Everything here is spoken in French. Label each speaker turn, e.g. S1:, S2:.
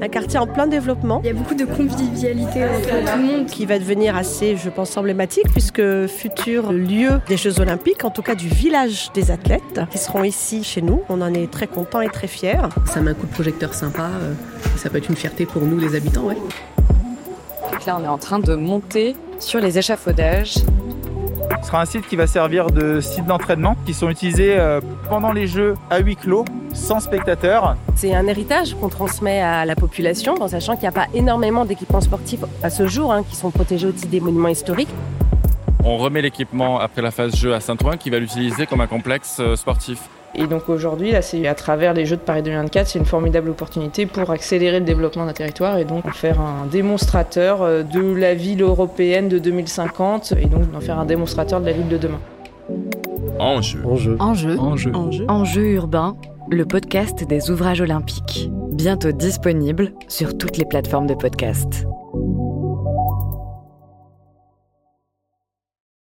S1: un quartier en plein développement.
S2: Il y a beaucoup de convivialité entre tout le monde.
S1: Qui va devenir assez, je pense, emblématique, puisque futur lieu des Jeux Olympiques, en tout cas du village des athlètes, qui seront ici chez nous. On en est très contents et très fiers.
S3: Ça met un coup de projecteur sympa. euh, Ça peut être une fierté pour nous, les habitants, ouais.
S4: Donc là, on est en train de monter sur les échafaudages.
S5: Ce sera un site qui va servir de site d'entraînement, qui sont utilisés euh, pendant les Jeux à huis clos, sans spectateurs.
S6: C'est un héritage qu'on transmet à la population, en sachant qu'il n'y a pas énormément d'équipements sportifs à ce jour hein, qui sont protégés au titre des monuments historiques.
S7: On remet l'équipement après la phase jeu à Saint-Ouen qui va l'utiliser comme un complexe euh, sportif.
S8: Et donc aujourd'hui, là, c'est à travers les Jeux de Paris 2024, c'est une formidable opportunité pour accélérer le développement d'un territoire et donc en faire un démonstrateur euh, de la ville européenne de 2050 et donc d'en faire un démonstrateur de la ville de demain.
S7: Enjeu.
S9: Enjeu,
S10: Enjeu.
S9: Enjeu urbain, le podcast des ouvrages olympiques. Bientôt disponible sur toutes les plateformes de podcast.